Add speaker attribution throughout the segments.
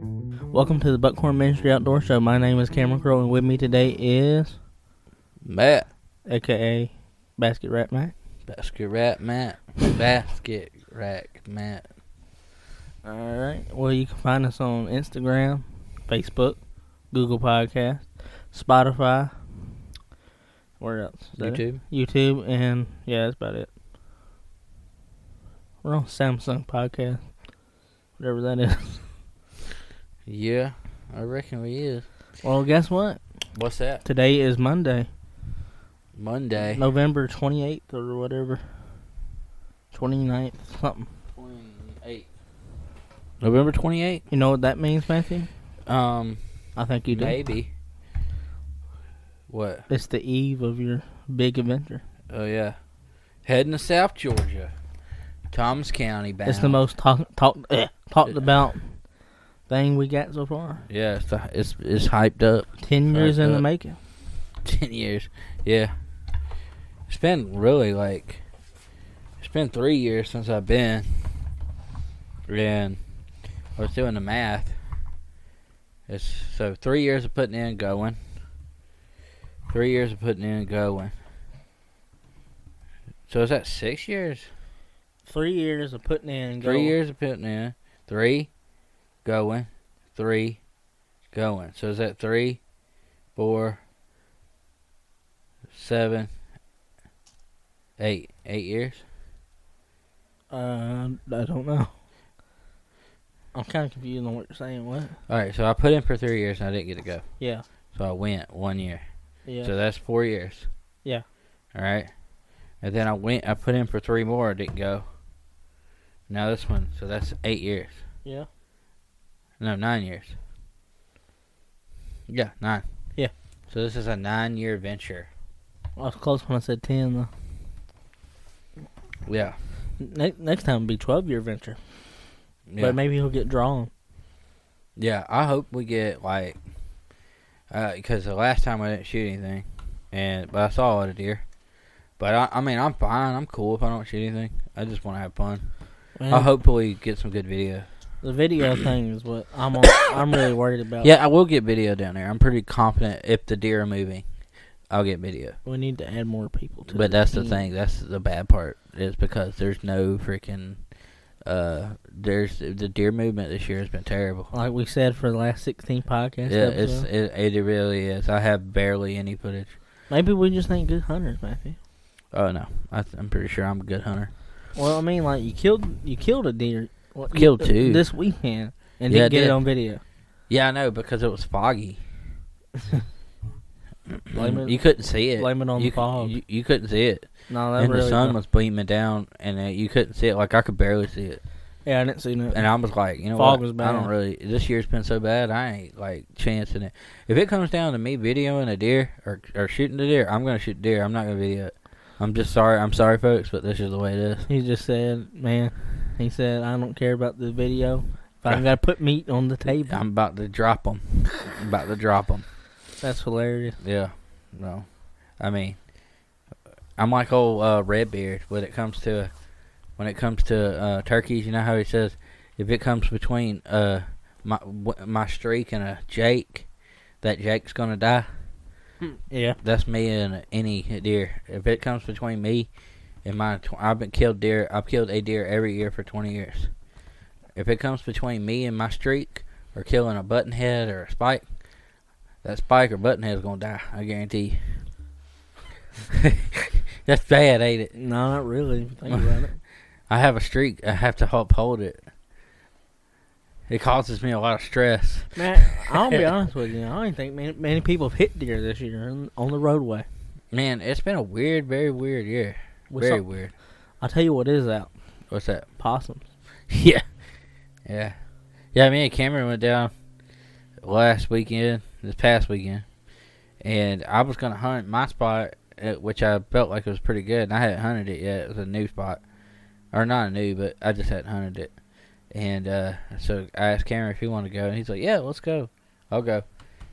Speaker 1: Welcome to the Buckhorn Ministry Outdoor Show. My name is Cameron Crow, and with me today is,
Speaker 2: Matt.
Speaker 1: aka Basket Rat Mac.
Speaker 2: Basket rat Matt. Basket rack Matt.
Speaker 1: All right. Well, you can find us on Instagram, Facebook, Google Podcast, Spotify. Where else? Is that it?
Speaker 2: YouTube.
Speaker 1: YouTube, and yeah, that's about it. We're on Samsung Podcast, whatever that is.
Speaker 2: Yeah. I reckon we is.
Speaker 1: Well, guess what?
Speaker 2: What's that?
Speaker 1: Today is Monday,
Speaker 2: Monday.
Speaker 1: November 28th or whatever. 29th, something.
Speaker 2: 28. November 28th?
Speaker 1: You know what that means, Matthew?
Speaker 2: Um,
Speaker 1: I think you do.
Speaker 2: maybe. What?
Speaker 1: It's the eve of your big adventure.
Speaker 2: Oh, yeah. Heading to South Georgia. Thomas County bound.
Speaker 1: It's the most talk, talk, eh, talked about thing we got so far.
Speaker 2: Yeah, it's, the, it's, it's hyped up.
Speaker 1: 10 years
Speaker 2: Hyped
Speaker 1: in the
Speaker 2: up.
Speaker 1: making.
Speaker 2: 10 years. Yeah. It's been really like it's been 3 years since I've been and I was doing the math. It's so 3 years of putting in going. 3 years of putting in going. So is that 6 years?
Speaker 1: Three years of putting in. and
Speaker 2: 3
Speaker 1: going.
Speaker 2: years of putting in. 3 going. 3 going. So is that 3 four, seven, eight, eight years.
Speaker 1: Uh, I don't know. I'm kind of confused on what you're saying. What?
Speaker 2: All right, so I put in for three years and I didn't get to go.
Speaker 1: Yeah.
Speaker 2: So I went one year.
Speaker 1: Yeah.
Speaker 2: So that's four years.
Speaker 1: Yeah.
Speaker 2: All right. And then I went, I put in for three more, I didn't go. Now this one, so that's eight years.
Speaker 1: yeah.
Speaker 2: No, nine years. Yeah, nine.
Speaker 1: Yeah.
Speaker 2: So this is a nine year venture.
Speaker 1: I was close when I said 10, though.
Speaker 2: Yeah.
Speaker 1: Ne- next time will be 12 year venture.
Speaker 2: yeah.
Speaker 1: But maybe he'll get drawn.
Speaker 2: Yeah, I hope we get like, because the last time I didn't shoot anything, and but I saw a deer. But I, I mean, I'm fine. I'm cool if I don't shoot anything. I just want to have fun. I
Speaker 1: Man,
Speaker 2: hopefully get some good video.
Speaker 1: The video thing is what I'm on, I'm really worried about.
Speaker 2: Yeah, I will get video down there. I'm pretty confident if the deer are moving, I'll get video.
Speaker 1: We need to add more people to
Speaker 2: But that's the
Speaker 1: team.
Speaker 2: thing. That's the bad part is because there's no freaking. Uh, there's the deer movement this year has been terrible.
Speaker 1: Like we said for the last 16 podcasts.
Speaker 2: yeah,
Speaker 1: episode.
Speaker 2: it's it, it really is. I have barely any footage.
Speaker 1: Maybe we just ain't good hunters, Matthew.
Speaker 2: Oh no, I, th- I'm pretty sure I'm a good hunter.
Speaker 1: Well, I mean, like you killed you killed a deer. What,
Speaker 2: Killed two.
Speaker 1: this weekend, and
Speaker 2: Yeah, I
Speaker 1: didn't get
Speaker 2: did.
Speaker 1: it on video.
Speaker 2: Yeah, I know because it was foggy.
Speaker 1: Blame it-
Speaker 2: you couldn't see it.
Speaker 1: blame it on
Speaker 2: you,
Speaker 1: the fog.
Speaker 2: You, you couldn't see it,
Speaker 1: No, that
Speaker 2: and
Speaker 1: really.
Speaker 2: the sun
Speaker 1: don't-
Speaker 2: was beaming down, and uh, you couldn't see it. Like I could barely see it,
Speaker 1: yeah, I didn't see nothing.
Speaker 2: and I was like, you know,
Speaker 1: Fog
Speaker 2: what?
Speaker 1: was
Speaker 2: I don't
Speaker 1: bad.
Speaker 2: really. This year's been so bad. I ain't like chancing it. If it comes down to me videoing a deer or or shooting a deer, I'm gonna shoot deer. I'm not gonna video it. I'm just sorry. I'm sorry, folks, but this is the way it is.
Speaker 1: He just said, "Man," he said, "I don't care about the video. If I gotta put meat on the table,
Speaker 2: I'm about to drop them. about to drop them.
Speaker 1: that's hilarious."
Speaker 2: Yeah, no, I mean, I'm like old uh, Redbeard when it comes to when it comes to uh, turkeys. You know how he says if it comes between uh, my w- my streak and a Jake, that Jake's gonna die.
Speaker 1: Yeah,
Speaker 2: That's me and any deer. If it comes between me and my, tw- I've been killed deer. I've killed a deer every year for 20 years. If it comes between me and my streak, or killing a buttonhead or a spike, that spike or buttonhead is gonna die. I guarantee. you. That's bad, ain't it?
Speaker 1: no, not really. If you think about it.
Speaker 2: I have a streak. I have to uphold it. It causes me a lot of stress.
Speaker 1: Man, I'll be honest with you. I don't even think many, many people have hit deer this year on, on the roadway.
Speaker 2: Man, it's been a weird, very weird year.
Speaker 1: With
Speaker 2: very
Speaker 1: some-
Speaker 2: weird.
Speaker 1: I'll tell you what is out
Speaker 2: What's that?
Speaker 1: possums.
Speaker 2: Yeah. Yeah. Yeah, me and Cameron went down last weekend, this past weekend, and I was going to hunt my spot, uh, which I felt like was pretty good, and I hadn't hunted it yet. It was a new spot. Or not a new, but I just hadn't hunted it. And uh, so I asked Cameron if he wanted to go, and he's like, yeah, let's go. I'll go.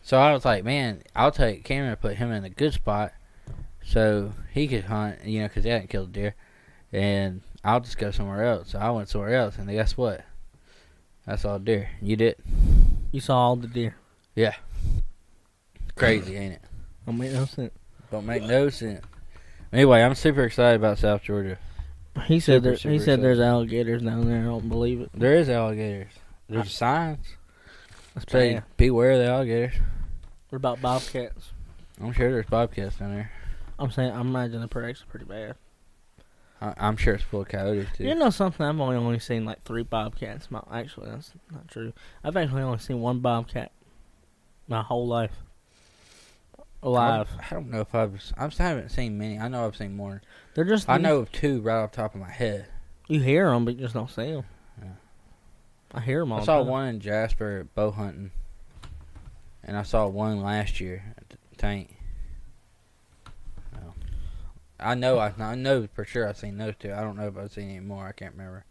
Speaker 2: So I was like, man, I'll take Cameron and put him in a good spot so he could hunt, you know, because he hadn't killed a deer. And I'll just go somewhere else. So I went somewhere else, and guess what? That's all deer. You did.
Speaker 1: You saw all the deer.
Speaker 2: Crazy, ain't it?
Speaker 1: Don't make no sense.
Speaker 2: Don't make no sense. Anyway, I'm super excited about South Georgia.
Speaker 1: He said
Speaker 2: Super,
Speaker 1: there,
Speaker 2: super
Speaker 1: he said there's alligators down there. I don't believe it.
Speaker 2: There is alligators. There's signs.
Speaker 1: That's
Speaker 2: Say,
Speaker 1: bad.
Speaker 2: beware of the alligators.
Speaker 1: What about bobcats?
Speaker 2: I'm sure there's bobcats down there.
Speaker 1: I'm saying I imagine the prairie's pretty bad.
Speaker 2: I- I'm sure it's full of coyotes, too.
Speaker 1: You know something? I've only only seen like three bobcats. My actually that's not true. I've actually only seen one bobcat my whole life. Alive.
Speaker 2: I don't know if I've... I haven't seen many. I know I've seen more.
Speaker 1: They're just
Speaker 2: I know of two right off the top of my head.
Speaker 1: you hear them, but you just don't see them.
Speaker 2: Yeah.
Speaker 1: I hear them all.
Speaker 2: I
Speaker 1: the
Speaker 2: saw
Speaker 1: time.
Speaker 2: one in Jasper bow hunting, and I saw one last year at the tank. No. I know, I, I know for sure I've seen those two. I don't know if I've seen any more. I can't remember.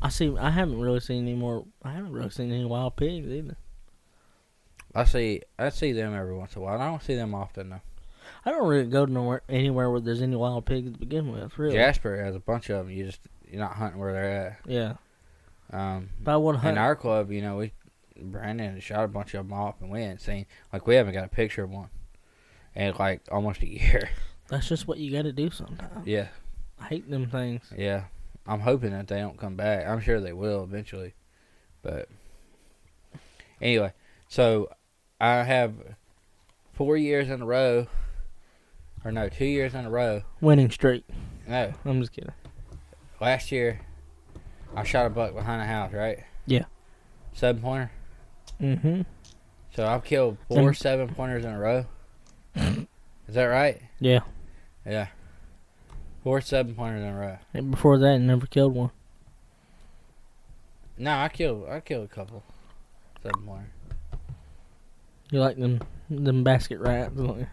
Speaker 1: I see. I haven't really seen any more. I haven't really seen any wild pigs either.
Speaker 2: I see, I see them every once in a while. I don't see them often though.
Speaker 1: I don't really go to nowhere anywhere where there's any wild pigs to begin with. Really.
Speaker 2: Jasper has a bunch of them. You just you're not hunting where they're
Speaker 1: Yeah.
Speaker 2: at. Um,
Speaker 1: If I want to
Speaker 2: in
Speaker 1: hunt,
Speaker 2: our club, you know, we Brandon shot a bunch of them off, and we ain't seen like we haven't got a picture of one in like almost a year.
Speaker 1: that's just what you got to do sometimes.
Speaker 2: yeah.
Speaker 1: I hate them things.
Speaker 2: Yeah, I'm hoping that they don't come back. I'm sure they will eventually, but anyway, so I have four years in a row, or no, two years in a row.
Speaker 1: Winning streak.
Speaker 2: No,
Speaker 1: I'm just kidding.
Speaker 2: last year I shot a buck behind a house, right?
Speaker 1: Yeah.
Speaker 2: seven pointer.
Speaker 1: Mm-hmm.
Speaker 2: So I've killed four
Speaker 1: And-
Speaker 2: seven pointers in a row. Is that right?
Speaker 1: Yeah.
Speaker 2: Yeah, four seven pointers in a row.
Speaker 1: And before that, I never killed one.
Speaker 2: No, I killed I killed a couple seven pointer.
Speaker 1: You like them them basket rats? don't you?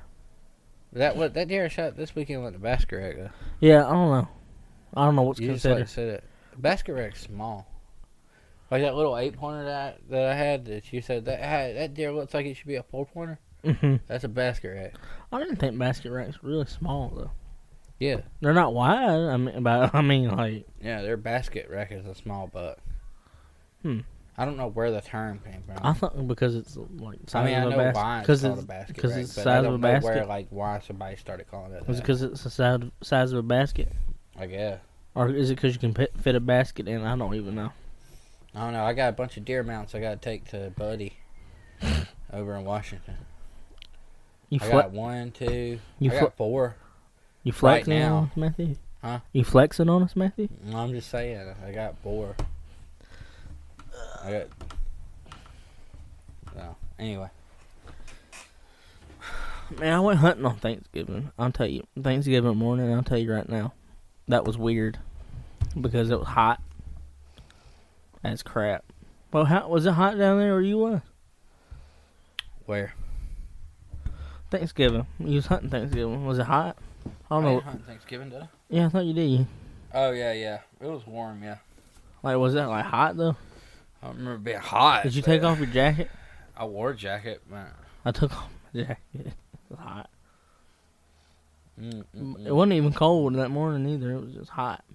Speaker 2: That what that deer I shot this weekend with the basket rack. Though.
Speaker 1: Yeah. I don't know. I don't know what's
Speaker 2: You just
Speaker 1: considered.
Speaker 2: like said it. Basket rack's small. Like that little eight pointer that that I had that you said that had, that deer looks like it should be a four pointer.
Speaker 1: hmm
Speaker 2: That's a basket rack.
Speaker 1: I didn't think basket rats were really small though.
Speaker 2: Yeah,
Speaker 1: They're not wide. I mean, about I mean like
Speaker 2: yeah. Their basket rack is a small buck.
Speaker 1: Hmm.
Speaker 2: I don't know where the term came from.
Speaker 1: I thought because it's like
Speaker 2: I
Speaker 1: size
Speaker 2: mean, I
Speaker 1: of a
Speaker 2: know
Speaker 1: basket.
Speaker 2: why it's
Speaker 1: 'Cause
Speaker 2: called a
Speaker 1: it's-
Speaker 2: basket
Speaker 1: because
Speaker 2: rack,
Speaker 1: it's the
Speaker 2: but I
Speaker 1: size of
Speaker 2: don't
Speaker 1: a
Speaker 2: know
Speaker 1: basket.
Speaker 2: where like why somebody started calling it.
Speaker 1: Is it
Speaker 2: that.
Speaker 1: because it's the size of, size of a basket,
Speaker 2: I guess
Speaker 1: or is it because you can pit, fit a basket in? I don't even know.
Speaker 2: I don't know. I got a bunch of deer mounts I got to take to Buddy over in Washington.
Speaker 1: You
Speaker 2: I
Speaker 1: fle-
Speaker 2: got one, two.
Speaker 1: you
Speaker 2: I
Speaker 1: fle-
Speaker 2: got four.
Speaker 1: you flexing
Speaker 2: now.
Speaker 1: on us, Matthew?
Speaker 2: Huh?
Speaker 1: You flexing on us, Matthew?
Speaker 2: No, I'm just saying, I got four. I got. So anyway,
Speaker 1: Man, I went hunting on Thanksgiving. I'll tell you, Thanksgiving morning. I'll tell you right now, that was weird because it was hot as crap. Well, how was it hot down there where you was?
Speaker 2: where?
Speaker 1: Thanksgiving. You was hunting Thanksgiving. Was it hot? I don't
Speaker 2: I
Speaker 1: know.
Speaker 2: didn't hunt Thanksgiving, did I?
Speaker 1: Yeah, I thought you did.
Speaker 2: Oh yeah, yeah. It was warm, yeah.
Speaker 1: Like, was that like hot though?
Speaker 2: I don't remember it being hot.
Speaker 1: Did you
Speaker 2: but
Speaker 1: take off your jacket?
Speaker 2: I wore a jacket. Man.
Speaker 1: I took off my jacket. It was hot.
Speaker 2: Mm, mm, mm.
Speaker 1: It wasn't even cold that morning either. It was just hot.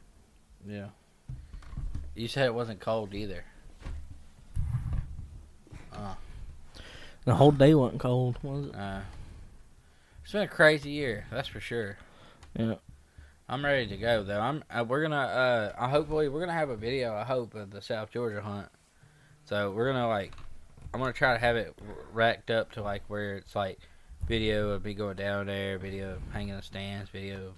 Speaker 2: Yeah. You said it wasn't cold either.
Speaker 1: The whole day wasn't cold, was it?
Speaker 2: Uh, it's been a crazy year, that's for sure.
Speaker 1: Yeah.
Speaker 2: I'm ready to go though. I'm. Uh, we're gonna. Uh, I hopefully we're gonna have a video. I hope of the South Georgia hunt. So we're gonna like. I'm gonna try to have it r- racked up to like where it's like video of me going down there, video of hanging in the stands, video. Of,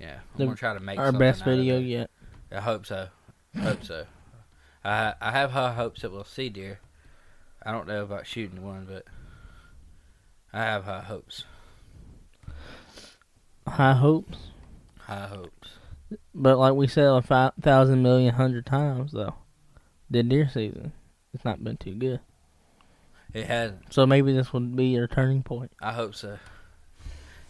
Speaker 2: yeah, I'm
Speaker 1: The-
Speaker 2: gonna try to make
Speaker 1: Our
Speaker 2: something
Speaker 1: best
Speaker 2: out of
Speaker 1: video
Speaker 2: it.
Speaker 1: yet.
Speaker 2: I hope so. I hope so. I I have high hopes that we'll see deer. I don't know about shooting one, but I have high hopes.
Speaker 1: High hopes.
Speaker 2: High hopes.
Speaker 1: But like we said, like 5,000 million hundred times, though, the deer season, it's not been too good.
Speaker 2: It hasn't.
Speaker 1: So maybe this would be your turning point.
Speaker 2: I hope so.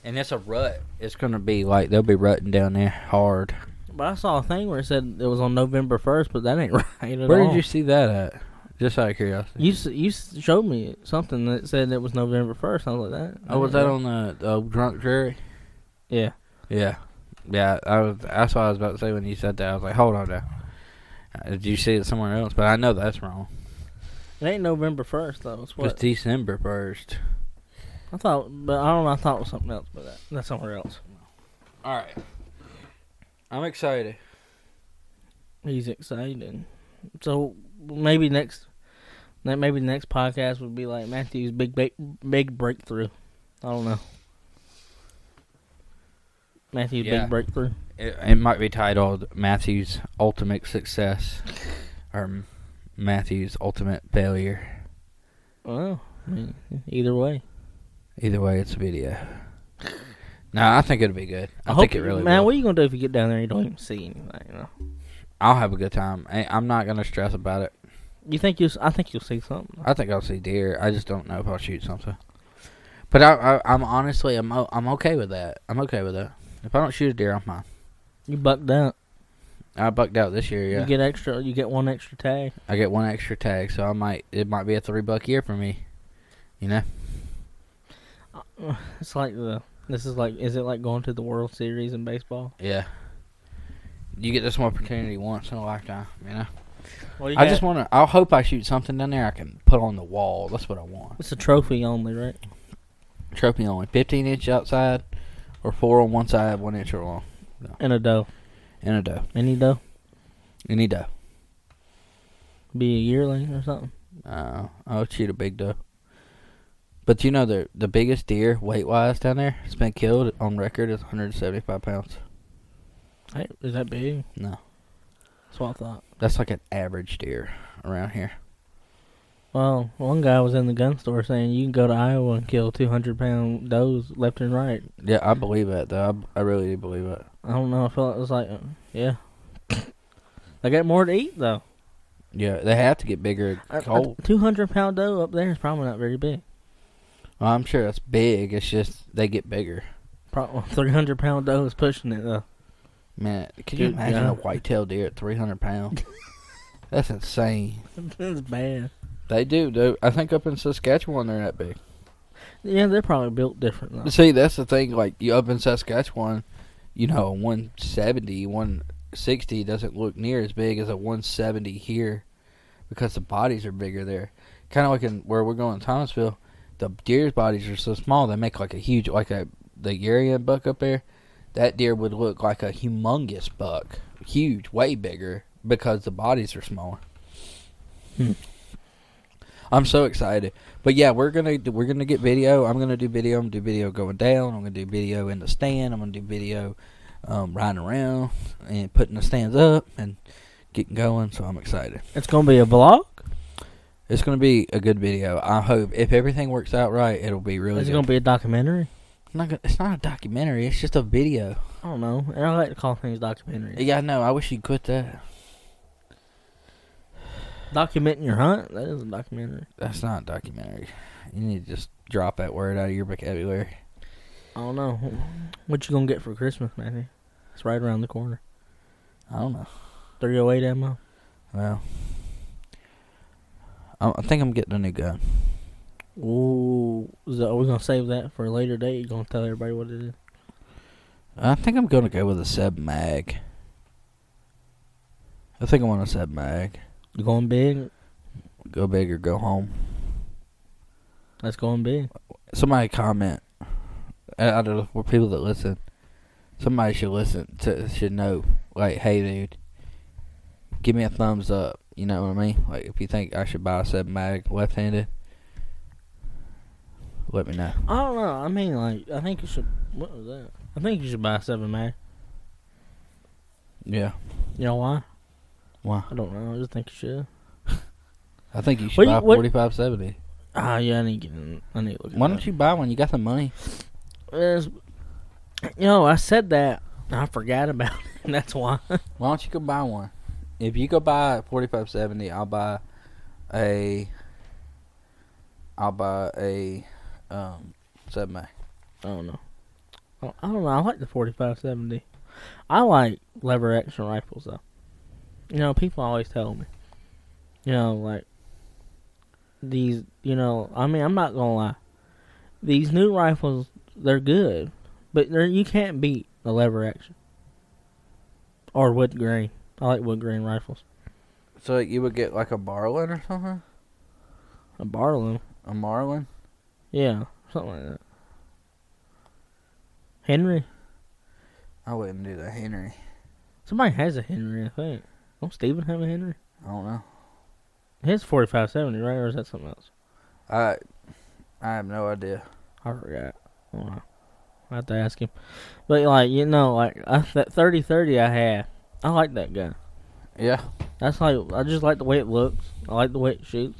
Speaker 2: And it's a rut. It's gonna be like they'll be rutting down there hard.
Speaker 1: But I saw a thing where it said it was on November 1st, but that ain't right at
Speaker 2: Where
Speaker 1: all.
Speaker 2: did you see that at? Just out of curiosity.
Speaker 1: You, s- you s- showed me something that said it was November 1st. I was like, that.
Speaker 2: oh, was that on the, the drunk jury?
Speaker 1: Yeah.
Speaker 2: Yeah, yeah. I was. That's what I was about to say when you said that. I was like, hold on now. Uh, Did you see it somewhere else? But I know that's wrong.
Speaker 1: It ain't November first though. It's
Speaker 2: It was
Speaker 1: what
Speaker 2: December first.
Speaker 1: I thought, but I don't know. I thought it was something else, but that, that's somewhere else.
Speaker 2: All right. I'm excited.
Speaker 1: He's excited. So maybe next, that maybe the next podcast would be like Matthew's big big, big breakthrough. I don't know. Matthew's
Speaker 2: Yeah.
Speaker 1: big breakthrough.
Speaker 2: It, it might be titled Matthew's Ultimate Success or Matthew's Ultimate Failure.
Speaker 1: Well, I mean, either way,
Speaker 2: Either way, it's a video. No, I think it'll be good. I,
Speaker 1: hope
Speaker 2: think it
Speaker 1: you-
Speaker 2: really
Speaker 1: Man,
Speaker 2: will.
Speaker 1: what you gonna do if you get down there and you don't even see anything? You, know?
Speaker 2: I'll have a good time. I, I'm not gonna stress about it.
Speaker 1: you think you? I think you'll see something.
Speaker 2: I think I'll see deer. I just don't know if I'll shoot something. But I, I, I'm honestly, I'm o- I'm okay with that. I'm okay with that. If I don't shoot a deer, I'm fine.
Speaker 1: You bucked out.
Speaker 2: I bucked out this year. Yeah,
Speaker 1: You get extra. You get one extra tag.
Speaker 2: I get one extra tag, so I might it might be a three buck year for me. You know,
Speaker 1: It's like the. This is like. Is it like going to the World Series in baseball?
Speaker 2: yeah. You get this one opportunity once in a lifetime. You know,
Speaker 1: Well,
Speaker 2: I just want to. I hope I shoot something down there I can put on the wall. That's what I want.
Speaker 1: It's a trophy only, right?
Speaker 2: Trophy only, fifteen inch outside, or four on one side, one inch or long,
Speaker 1: And a doe.
Speaker 2: and a doe.
Speaker 1: Any doe.
Speaker 2: Any doe.
Speaker 1: Be a yearling or something.
Speaker 2: Uh, I would shoot a big doe. But you know the the biggest deer weight wise down there that's been killed on record is 175 pounds.
Speaker 1: Hey, is that big?
Speaker 2: No,
Speaker 1: That's what I thought.
Speaker 2: that's like an average deer around here.
Speaker 1: Well, one guy was in the gun store saying you can go to Iowa and kill 200 pound does left and right.
Speaker 2: Yeah, I believe it though. I, I really do believe it.
Speaker 1: I don't know. I feel like it was like, uh, yeah. they got more to eat though.
Speaker 2: Yeah, they have to get bigger.
Speaker 1: A- a
Speaker 2: Cold.
Speaker 1: 200 pound doe up there is probably not very big.
Speaker 2: Well, I'm sure that's big. It's just they get bigger.
Speaker 1: Probably 300 pound doe is pushing it though.
Speaker 2: Man, can you
Speaker 1: Dude,
Speaker 2: imagine
Speaker 1: yeah.
Speaker 2: a whitetail deer at 300 pounds? that's insane.
Speaker 1: That's bad.
Speaker 2: They do, dude. I think up in Saskatchewan they're that big.
Speaker 1: Yeah, they're probably built different though.
Speaker 2: See, that's the thing. Like you up in Saskatchewan, you know, a 170, 160 doesn't look near as big as a 170 here because the bodies are bigger there. Kind of like in where we're going in Thomasville, the deer's bodies are so small they make like a huge, like a the Urian buck up there. That deer would look like a humongous buck, huge, way bigger because the bodies are smaller.
Speaker 1: Hmm.
Speaker 2: I'm so excited. But yeah, we're gonna we're gonna get video. I'm gonna do video. I'm gonna do video going down. I'm gonna do video in the stand. I'm gonna do video um, riding around and putting the stands up and getting going. So I'm excited.
Speaker 1: It's gonna be a vlog.
Speaker 2: It's gonna be a good video. I hope if everything works out right, it'll be really.
Speaker 1: It's
Speaker 2: good.
Speaker 1: gonna be a documentary.
Speaker 2: Not gonna- it's not a documentary. It's just a video.
Speaker 1: I don't know. And I like to call things documentaries.
Speaker 2: Yeah, I know. I wish you would quit that.
Speaker 1: Documenting your hunt. That is a documentary.
Speaker 2: That's not a documentary. You need to just drop that word out of your vocabulary.
Speaker 1: I don't know. What you gonna get for Christmas, Matthew? It's right around the corner.
Speaker 2: I don't know.
Speaker 1: 308 ammo.
Speaker 2: Well, I I think I'm getting a new gun.
Speaker 1: Ooh. So are we gonna save that for a later date? You gonna tell everybody what it is?
Speaker 2: I think I'm gonna go with a sub mag. I think I want a sub mag.
Speaker 1: You going big?
Speaker 2: Go big or go home.
Speaker 1: That's going big.
Speaker 2: Somebody comment. Out of the people that listen, somebody should listen to should know. Like, hey, dude, give me a thumbs up. You know what I mean? Like, if you think I should buy a sub mag left-handed, let me know.
Speaker 1: I don't know. I mean, like, I think you should. What was that? I think you should buy a seven mag.
Speaker 2: Yeah.
Speaker 1: You know why?
Speaker 2: Why?
Speaker 1: I don't know. I just think you should.
Speaker 2: I think you should
Speaker 1: What do
Speaker 2: buy
Speaker 1: you- what-
Speaker 2: forty-five seventy.
Speaker 1: Ah, yeah. I need to get. In, I need to look.
Speaker 2: Why don't you buy one? You got the money.
Speaker 1: There's, you know, I said that. I forgot about it. And that's why.
Speaker 2: Why don't you go buy one? If you go buy forty five seventy, I'll buy a I'll buy a um sub mag.
Speaker 1: I don't know. I I don't know. I like the forty-five seventy. I like lever action rifles though. You know, people always tell me. You know, like these. You know, I mean, I'm not gonna lie. These new rifles, they're good, but they're, you can't beat the lever action or wood grain. I like wood grain rifles.
Speaker 2: So you would get like a Marlin or something?
Speaker 1: A Barlow.
Speaker 2: A marlin?
Speaker 1: Yeah, something like that. Henry.
Speaker 2: I wouldn't do that. Henry.
Speaker 1: Somebody has a Henry, I think. Don't Steven have a Henry?
Speaker 2: I don't know.
Speaker 1: He has 4570, right? Or is that something else?
Speaker 2: I I have no idea.
Speaker 1: I forgot. I don't know. I have to ask him. But, like, you know, like, I, that 30 30 I had, I like that gun.
Speaker 2: Yeah.
Speaker 1: That's like, I just like the way it looks. I like the way it shoots.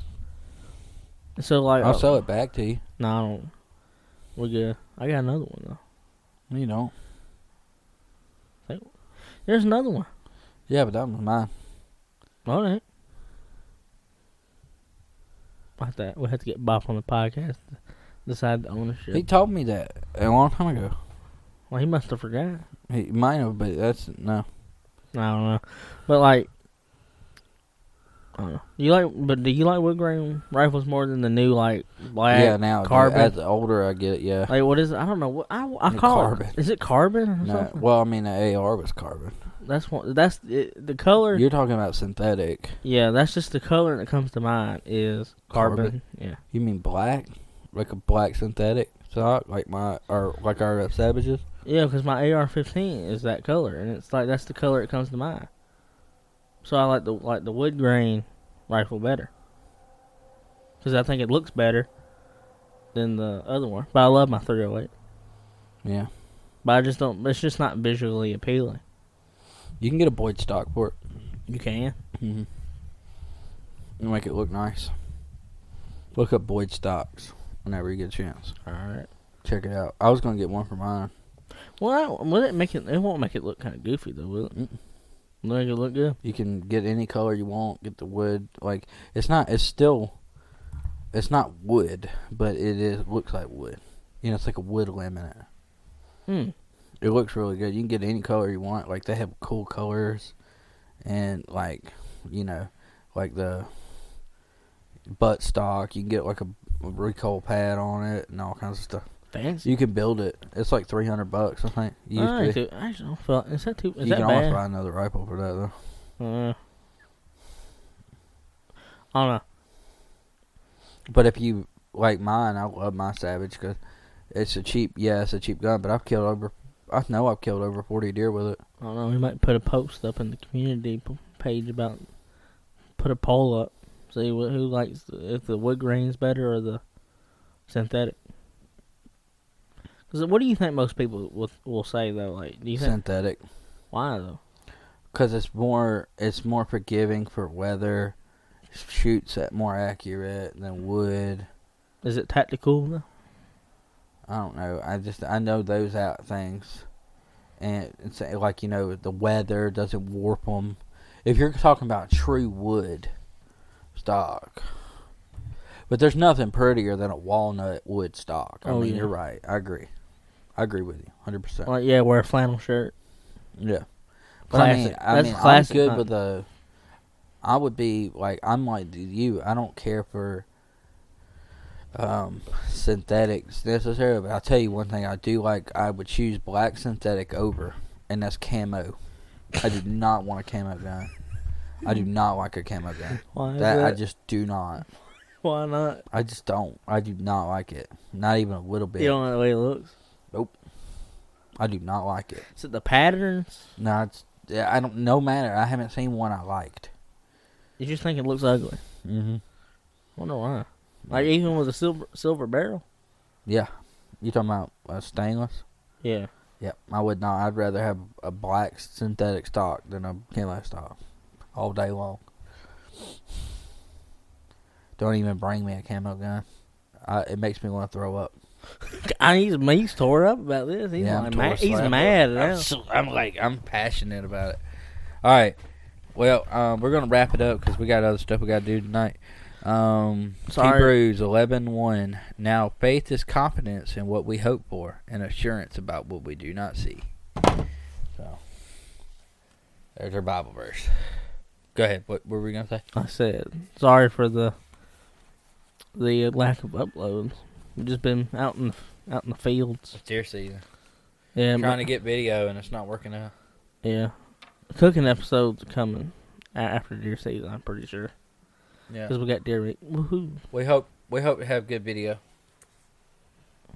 Speaker 1: So, like,
Speaker 2: I'll sell it back to you.
Speaker 1: No, I don't. We're good. I got another one, though.
Speaker 2: You don't.
Speaker 1: There's another one.
Speaker 2: Yeah, but that was mine.
Speaker 1: All right. I thought we have to get Bop on the podcast to decide the ownership.
Speaker 2: He told me that a long time ago.
Speaker 1: well, he must have forgot.
Speaker 2: He might have, but that's no.
Speaker 1: I don't know. But, like, I don't know. You like, but do you like wood grain rifles more than the new, like, black?
Speaker 2: yeah, now
Speaker 1: carbon.
Speaker 2: as the older I get, yeah.
Speaker 1: Like, what is it? I don't know. What, I, I
Speaker 2: The
Speaker 1: call
Speaker 2: carbon.
Speaker 1: it. Is it carbon? Or
Speaker 2: No,
Speaker 1: something?
Speaker 2: well, I mean, the AR was carbon.
Speaker 1: That's one. That's it, the color.
Speaker 2: You're talking about synthetic.
Speaker 1: yeah, that's just the color that comes to mind is carbon.
Speaker 2: Carbon.
Speaker 1: Yeah.
Speaker 2: You mean black, like a black synthetic sock, like my or like our uh, savages?
Speaker 1: Yeah, because my AR-15 is that color, and it's like that's the color it comes to mind. So I like the like the wood grain rifle better, because I think it looks better than the other one. But I love my 308.
Speaker 2: Yeah.
Speaker 1: But I just don't. It's just not visually appealing.
Speaker 2: You can get a Boyd Stockport.
Speaker 1: You can.
Speaker 2: Mm-hmm. You make it look nice. Look up Boyd Stocks whenever you get a chance.
Speaker 1: All right.
Speaker 2: Check it out. I was gonna get one for mine.
Speaker 1: Well, I, will it make it? It won't make it look kind of goofy though, will it?
Speaker 2: Mm-mm.
Speaker 1: It'll Make it look good.
Speaker 2: You can get any color you want. Get the wood. Like it's not. It's still. It's not wood, but it is looks like wood. You know, it's like a wood laminate.
Speaker 1: Hmm.
Speaker 2: It looks really good. You can get any color you want. Like they have cool colors, and like you know, like the butt stock. You can get like a, a recoil pad on it and all kinds of stuff.
Speaker 1: Fancy.
Speaker 2: You can build it. It's like three hundred bucks. I think. You
Speaker 1: I
Speaker 2: used to.
Speaker 1: actually- I actually don't feel. Is that too? Is
Speaker 2: you
Speaker 1: that
Speaker 2: can
Speaker 1: bad?
Speaker 2: almost buy another rifle for that though.
Speaker 1: Uh, I don't know.
Speaker 2: But if you like mine, I love my Savage because it's a cheap. Yeah, it's a cheap gun, but I've killed over. I know I've killed over forty deer with it.
Speaker 1: I don't know. We might put a post up in the community p- page about put a poll up, see wh- who likes the, if the wood grain's better or the synthetic. Because what do you think most people will, will say though? Like, do you think
Speaker 2: Synthetic.
Speaker 1: why though?
Speaker 2: because it's more it's more forgiving for weather shoots at more accurate than wood
Speaker 1: Is it tactical though?
Speaker 2: i don't know i just i know those out things and it's uh, like you know the weather doesn't warp them if you're talking about true wood stock but there's nothing prettier than a walnut wood stock i
Speaker 1: Oh,
Speaker 2: mean
Speaker 1: yeah.
Speaker 2: you're right i agree i agree with you 100%
Speaker 1: Like, yeah, wear a flannel shirt.
Speaker 2: yeah. But I mean,
Speaker 1: Classic.
Speaker 2: I
Speaker 1: That's
Speaker 2: mean,
Speaker 1: classic
Speaker 2: I'm good
Speaker 1: hunting.
Speaker 2: with the. I would be like I'm like you. I don't care for um synthetics necessarily, but I'll tell you one thing. I do like. I would choose black synthetic over, and that's camo. I do not want a camo gun. I do not like a camo gun.
Speaker 1: Why is
Speaker 2: That I
Speaker 1: that?
Speaker 2: just do not.
Speaker 1: why not?
Speaker 2: I just don't. I do not like it. Not even a little bit.
Speaker 1: You don't like the way it looks.
Speaker 2: I do not like it.
Speaker 1: Is it the patterns?
Speaker 2: No, it's. yeah, I don't. No matter. I haven't seen one I liked.
Speaker 1: You just think it looks ugly.
Speaker 2: Mm-hmm.
Speaker 1: wonder why. Like even with a silver silver barrel.
Speaker 2: Yeah. You talking about uh, stainless?
Speaker 1: Yeah.
Speaker 2: Yep. I would not. I'd rather have a black synthetic stock than a camo stock all day long. Don't even bring me a camo gun. I, it makes me want to throw up.
Speaker 1: I, he's he's tore up about this. He's
Speaker 2: Yeah, I'm
Speaker 1: like
Speaker 2: tore
Speaker 1: mad. He's
Speaker 2: slap.
Speaker 1: mad now.
Speaker 2: I'm, so, I'm like, I'm passionate about it. All right. Well, um, we're going to wrap it up because we got other stuff we got to do tonight. Um,
Speaker 1: Sorry.
Speaker 2: Hebrews 11 Now, faith is confidence in what we hope for and assurance about what we do not see. So, there's our Bible verse. Go ahead. What were we going to say?
Speaker 1: I said sorry for the the lack of uploads. We've just been out in out in the fields.
Speaker 2: It's deer season.
Speaker 1: Yeah,
Speaker 2: I'm trying
Speaker 1: my-
Speaker 2: to get video and it's not working out.
Speaker 1: yeah. Cooking episodes coming a- after deer season. I'm pretty sure.
Speaker 2: Yeah.
Speaker 1: because we got deer meat. Woohoo!
Speaker 2: We hope we hope to have good video.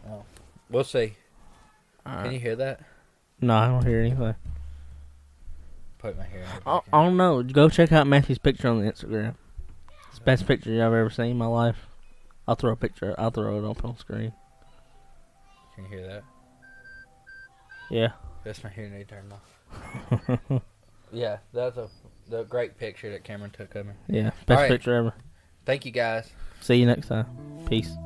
Speaker 2: Oh, we'll see.
Speaker 1: All
Speaker 2: Can
Speaker 1: right.
Speaker 2: you hear that?
Speaker 1: No, I don't hear anything.
Speaker 2: Put my hair. in.
Speaker 1: I, I don't know. Go check out Matthew's picture on the Instagram. It's the best picture I've ever seen in my life. I'll throw a picture. I'll throw it up on screen.
Speaker 2: Can you hear that?
Speaker 1: Yeah.
Speaker 2: That's my hearing aid turned off. yeah, that's a the great picture that Cameron took of me.
Speaker 1: Yeah. Best
Speaker 2: right.
Speaker 1: picture ever.
Speaker 2: Thank you guys.
Speaker 1: See you next time. Peace.